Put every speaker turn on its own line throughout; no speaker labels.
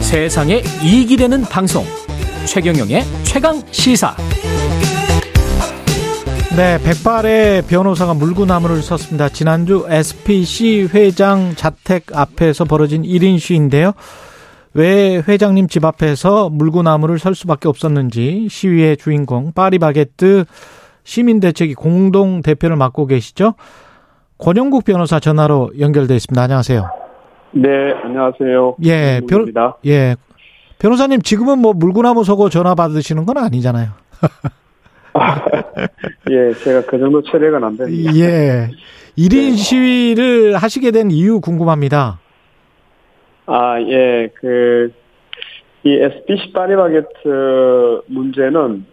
세상에 이익이 되는 방송 최경영의 최강 시사
네, 백발의 변호사가 물구나무를 섰습니다. 지난주 SPC 회장 자택 앞에서 벌어진 1인 시위인데요. 왜 회장님 집 앞에서 물구나무를 설 수밖에 없었는지 시위의 주인공 파리바게뜨 시민대책위 공동 대표를 맡고 계시죠. 권영국 변호사 전화로 연결돼 있습니다. 안녕하세요.
네, 안녕하세요.
예, 변,
입니다.
예. 변호사님 지금은 뭐 물구나무 서고 전화 받으시는 건 아니잖아요.
예, 제가 그 정도 체력은 안 됩니다.
예. 1인 시위를 하시게 된 이유 궁금합니다.
아, 예, 그, 이 SBC 파리바게트 문제는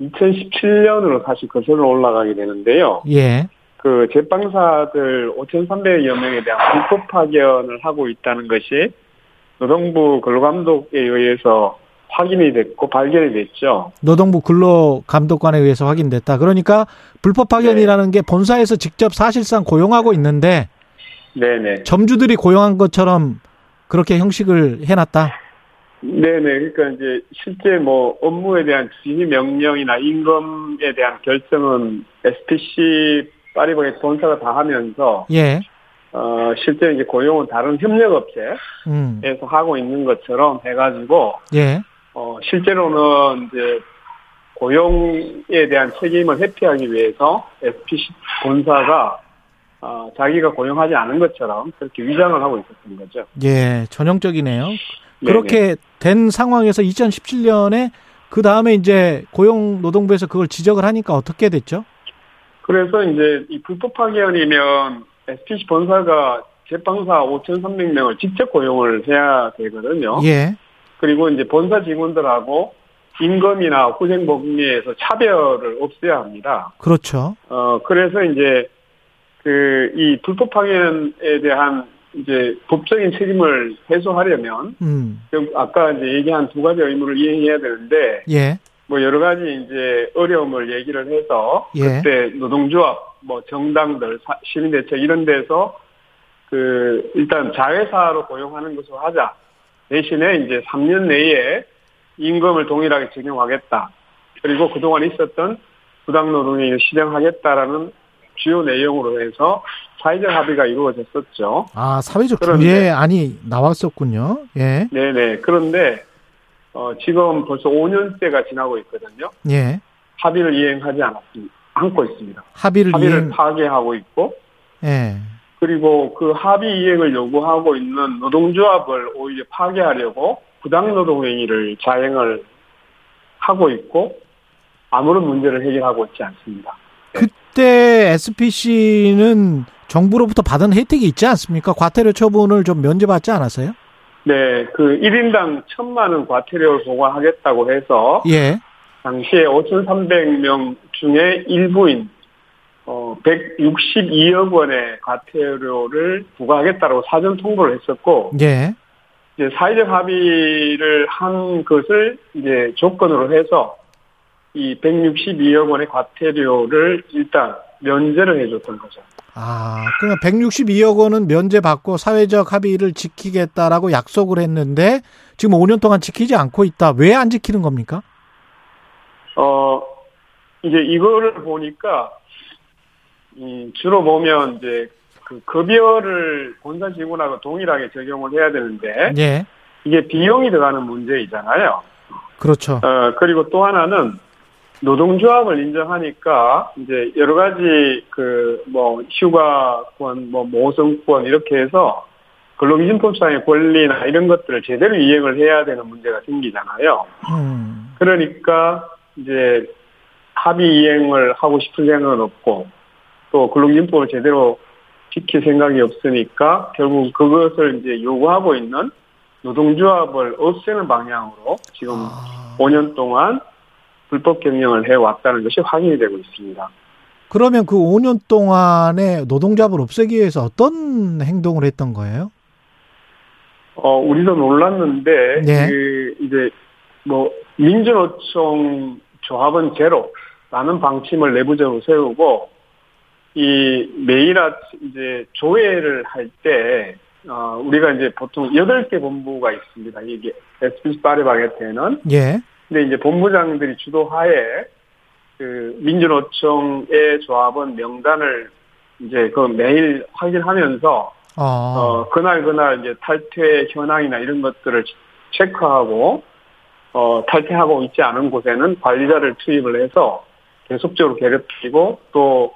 2017년으로 다시 거슬러 올라가게 되는데요.
예.
그 제빵사들 5,300여 명에 대한 불법 파견을 하고 있다는 것이 노동부 근로감독에 의해서 확인이 됐고 발견이 됐죠.
노동부 근로감독관에 의해서 확인됐다. 그러니까 불법 파견이라는 게 본사에서 직접 사실상 고용하고 있는데
네네.
점주들이 고용한 것처럼 그렇게 형식을 해놨다.
네네. 그러니까 이제 실제 뭐 업무에 대한 진위 명령이나 임금에 대한 결정은 SPC 파리바게트 본사가 다 하면서
예.
어 실제 이제 고용은 다른 협력업체에서
음.
하고 있는 것처럼 해가지고
예.
어 실제로는 이제 고용에 대한 책임을 회피하기 위해서 SPC 본사가 어, 자기가 고용하지 않은 것처럼 그렇게 위장을 하고 있었던 거죠.
예. 전형적이네요.
네네.
그렇게 된 상황에서 2017년에 그 다음에 이제 고용노동부에서 그걸 지적을 하니까 어떻게 됐죠?
그래서 이제 이 불법 파견이면 SPC 본사가 제빵사 5,300명을 직접 고용을 해야 되거든요.
예.
그리고 이제 본사 직원들하고 임금이나 후생복리에서 차별을 없애야 합니다.
그렇죠.
어, 그래서 이제 그 이 불법 파견에 대한 이제 법적인 책임을 해소하려면
음.
좀 아까 이제 얘기한 두 가지 의무를 이행해야 되는데
예.
뭐 여러 가지 이제 어려움을 얘기를 해서
예.
그때 네, 노동조합, 뭐 정당들, 사- 시민대책 이런 데서 그 일단 자회사로 고용하는 것으로 하자. 대신에 이제 3년 내에 임금을 동일하게 적용하겠다. 그리고 그동안 있었던 부당노동을 시정하겠다라는 주요 내용으로 해서 사회적 합의가 이루어졌었죠.
아, 사회적
그런데-
중재안이 나왔었군요. 예.
네네. 그런데 어, 지금 벌써 5년째가 지나고 있거든요.
예.
합의를 이행하지 않았습니다. 않고 있습니다.
합의를,
합의를
이행,
파괴하고 있고
예.
그리고 그 합의 이행을 요구하고 있는 노동조합을 오히려 파괴하려고 부당노동행위를 자행을 하고 있고 아무런 문제를 해결하고 있지 않습니다.
그때 SPC는 정부로부터 받은 혜택이 있지 않습니까? 과태료 처분을 좀 면제받지 않았어요?
네, 그 1인당 천만 원 과태료를 보관하겠다고 해서
예.
당시에 5,300명 중에 일부인 어 162억 원의 과태료를 부과하겠다고 사전 통보를 했었고
예.
이제 사회적 합의를 한 것을 이제 조건으로 해서 이 162억 원의 과태료를 일단 면제를 해줬던 거죠.
아, 그러면 162억 원은 면제받고 사회적 합의를 지키겠다라고 약속을 했는데 지금 5년 동안 지키지 않고 있다. 왜 안 지키는 겁니까?
어, 이제 이거를 보니까, 이 주로 보면 이제 그 급여를 본사 직원하고 동일하게 적용을 해야 되는데,
예.
이게 비용이 들어가는 문제이잖아요.
그렇죠.
어, 그리고 또 하나는 노동조합을 인정하니까 이제 여러 가지 그 뭐 휴가권, 뭐 모성권 이렇게 해서 근로기준법상의 권리나 이런 것들을 제대로 이행을 해야 되는 문제가 생기잖아요.
음.
그러니까 이제 합의 이행을 하고 싶은 생각은 없고 또 근로기준법을 제대로 지킬 생각이 없으니까 결국 그것을 이제 요구하고 있는 노동조합을 없애는 방향으로 지금
아,
5년 동안 불법 경영을 해왔다는 것이 확인이 되고 있습니다.
그러면 그 5년 동안에 노동자를 없애기 위해서 어떤 행동을 했던 거예요?
어, 우리도 놀랐는데,
네.
그, 이제, 뭐, 민주노총 조합은 제로라는 방침을 내부적으로 세우고, 이 매일 아침 이제 조회를 할 때 어, 우리가 이제 보통 8개 본부가 있습니다. 이게 SBS 파리바게트에는
예.
근데 이제 본부장들이 주도하에 그 민주노총의 조합원 명단을 이제 그 매일 확인하면서
어.
어, 그날 그날 이제 탈퇴 현황이나 이런 것들을 체크하고 어, 탈퇴하고 있지 않은 곳에는 관리자를 투입을 해서 계속적으로 괴롭히고 또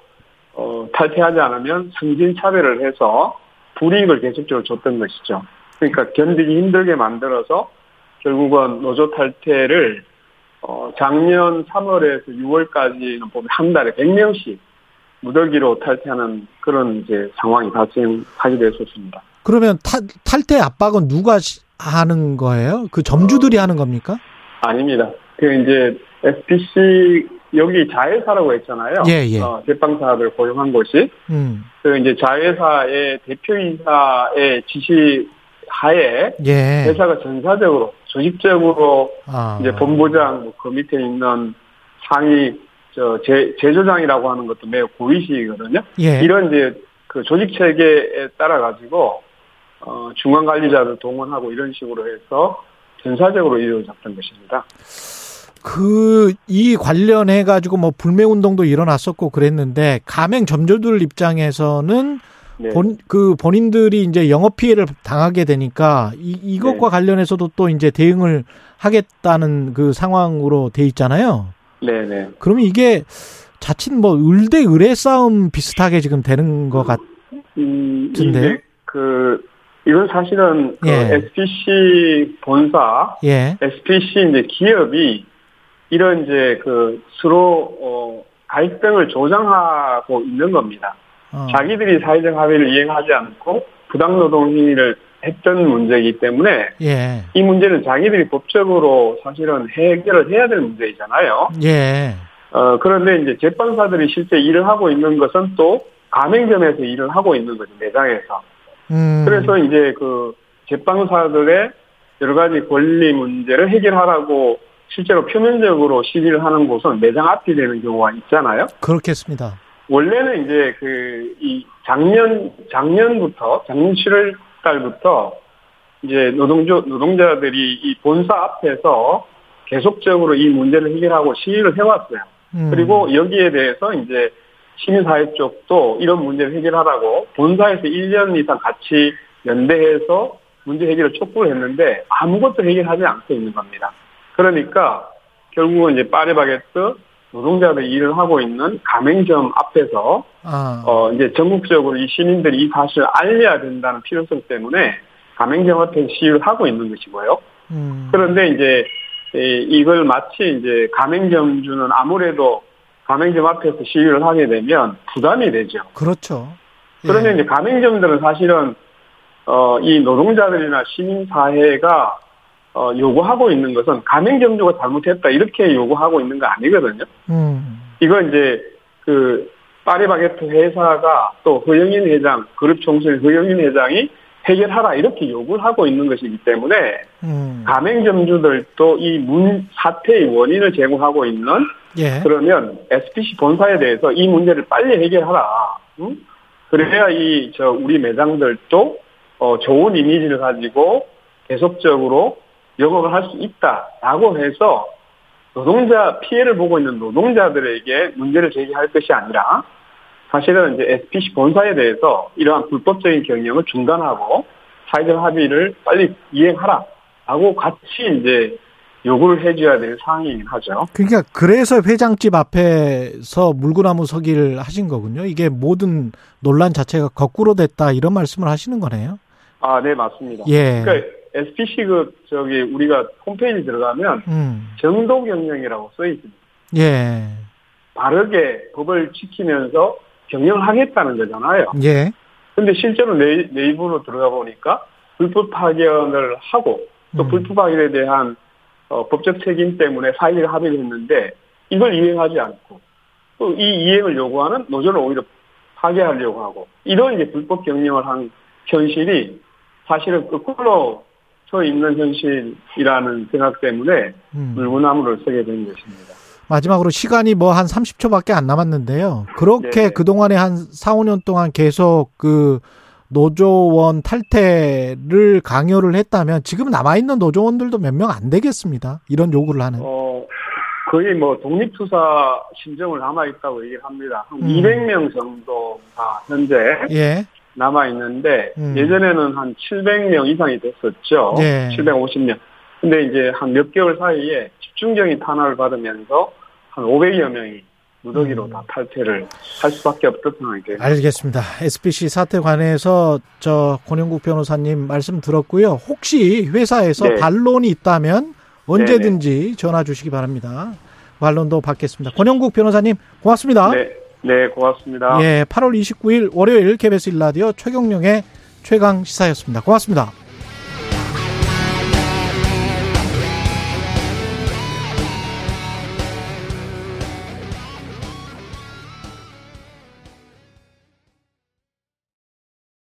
어, 탈퇴하지 않으면 승진 차별을 해서 불이익을 계속적으로 줬던 것이죠. 그러니까 견디기 힘들게 만들어서 결국은 노조 탈퇴를 어, 작년 3월에서 6월까지는 보면 한 달에 100명씩 무더기로 탈퇴하는 그런 이제 상황이 발생하게 됐었습니다.
그러면 탈, 탈퇴 압박은 누가 시- 하는 거예요? 그 점주들이
어.
하는 겁니까?
아닙니다. 그 이제 SPC 여기 자회사라고 했잖아요.
예, 예.
어, 제빵사를 고용한 곳이
음.
그 이제 자회사의 대표이사의 지시 하에
예.
회사가 전사적으로 조직적으로
아.
이제 본부장 뭐그 밑에 있는 상위 저 제, 제조장이라고 하는 것도 매우 고위직이거든요.
예.
이런 이제 그 조직 체계에 따라 가지고 어, 중간 관리자를 동원하고 이런 식으로 해서 전사적으로 이루어졌던 것입니다.
그 이 관련해 가지고 뭐 불매 운동도 일어났었고 그랬는데 가맹 점주들 입장에서는
네.
본 그 본인들이 이제 영업 피해를 당하게 되니까 이 이것과
네.
관련해서도 또 이제 대응을 하겠다는 그 상황으로 돼 있잖아요.
네네.
그러면 이게 자칫 뭐 을대 을의 싸움 비슷하게 지금 되는 것 같.
음,
같은데요?
이게 그 이건 사실은 그
예.
SPC 본사,
예.
SPC 이제 기업이 이런 이제 그 서로 어, 갈등을 조장하고 있는 겁니다.
어.
자기들이 사회적 합의를 이행하지 않고 부당 노동 행위를 했던 문제이기 때문에
예.
이 문제는 자기들이 법적으로 사실은 해결을 해야 될 문제이잖아요.
예.
어, 그런데 이제 제빵사들이 실제 일을 하고 있는 것은 또 가맹점에서 일을 하고 있는 거죠, 매장에서.
음.
그래서 이제 그 제빵사들의 여러 가지 권리 문제를 해결하라고 실제로 표면적으로 시비를 하는 곳은 매장 앞이 되는 경우가 있잖아요.
그렇겠습니다.
원래는 이제 그 이 작년 작년부터 작년 7월 달부터 이제 노동조 노동자들이 이 본사 앞에서 계속적으로 이 문제를 해결하고 시위를 해왔어요.
음.
그리고 여기에 대해서 이제 시민사회 쪽도 이런 문제를 해결하라고 본사에서 1년 이상 같이 연대해서 문제 해결을 촉구를 했는데 아무것도 해결하지 않고 있는 겁니다. 그러니까 결국은 이제 파리바게트 노동자들 일을 하고 있는 가맹점 앞에서
아.
어 이제 전국적으로 이 시민들이 이 사실을 알려야 된다는 필요성 때문에 가맹점 앞에 시위를 하고 있는 것이고요.
음.
그런데 이제 이- 이걸 마치 이제 가맹점주는 아무래도 가맹점 앞에서 시위를 하게 되면 부담이 되죠.
그렇죠. 예.
그러면 이제 가맹점들은 사실은 어, 이 노동자들이나 시민사회가 어, 요구하고 있는 것은 가맹점주가 잘못했다 이렇게 요구하고 있는 거 아니거든요.
음.
이건 이제 그 파리바게트 회사가 또 허영인 회장 그룹 총수인 허영인 회장이 해결하라 이렇게 요구를 하고 있는 것이기 때문에
음.
가맹점주들도 이 문 사태의 원인을 제공하고 있는
예.
그러면 SPC 본사에 대해서 이 문제를 빨리 해결하라. 응? 그래야 이 저 우리 매장들도 어, 좋은 이미지를 가지고 계속적으로 영업을 할 수 있다라고 해서 노동자 피해를 보고 있는 노동자들에게 문제를 제기할 것이 아니라 사실은 이제 SPC 본사에 대해서 이러한 불법적인 경영을 중단하고 사회적 합의를 빨리 이행하라라고 같이 이제 요구를 해줘야 될 상황이긴 하죠.
그러니까 그래서 회장집 앞에서 물구나무 서기를 하신 거군요. 이게 모든 논란 자체가 거꾸로 됐다 이런 말씀을 하시는 거네요.
아, 네, 맞습니다.
예.
그러니까 SPC 그 저기 우리가 홈페이지 들어가면
음.
정도 경영이라고 써 있습니다.
예.
바르게 법을 지키면서 경영하겠다는 거잖아요.
예.
근데 실제로 내, 내부로 들어가 보니까 불법 파견을 하고 또
음.
불법 파견에 대한 어, 법적 책임 때문에 사회적 합의를 했는데 이걸 이행하지 않고 또 이 이행을 요구하는 노조를 오히려 파괴하려고 하고 이런 이제 불법 경영을 한 현실이 사실은 거꾸로 서 있는 현실이라는 생각 때문에
음.
물구나무를 쓰게 된 것입니다.
마지막으로 시간이 뭐 한 30초밖에 안 남았는데요. 그렇게
네.
그동안에 한 4, 5년 동안 계속 그 노조원 탈퇴를 강요를 했다면 지금 남아있는 노조원들도 몇 명 안 되겠습니다. 이런 요구를 하는.
어, 거의 뭐 독립투사 심정을 남아있다고 얘기를 합니다. 한
음.
200명 정도가 현재
예.
남아있는데,
음.
예전에는 한 700명 이상이 됐었죠.
예.
750명. 근데 이제 한 몇 개월 사이에 집중적인 탄압을 받으면서 한 500여 명이 무더기로
음.
다 탈퇴를 할 수밖에 없던 상황이 돼요.
알겠습니다. SPC 사태 관해서 저 권영국 변호사님 말씀 들었고요. 혹시 회사에서
네.
반론이 있다면 언제든지 전화 주시기 바랍니다. 반론도 받겠습니다. 권영국 변호사님 고맙습니다.
네, 네, 고맙습니다.
예, 8월 29일 월요일 KBS 일라디오 최경령의 최강 시사였습니다. 고맙습니다.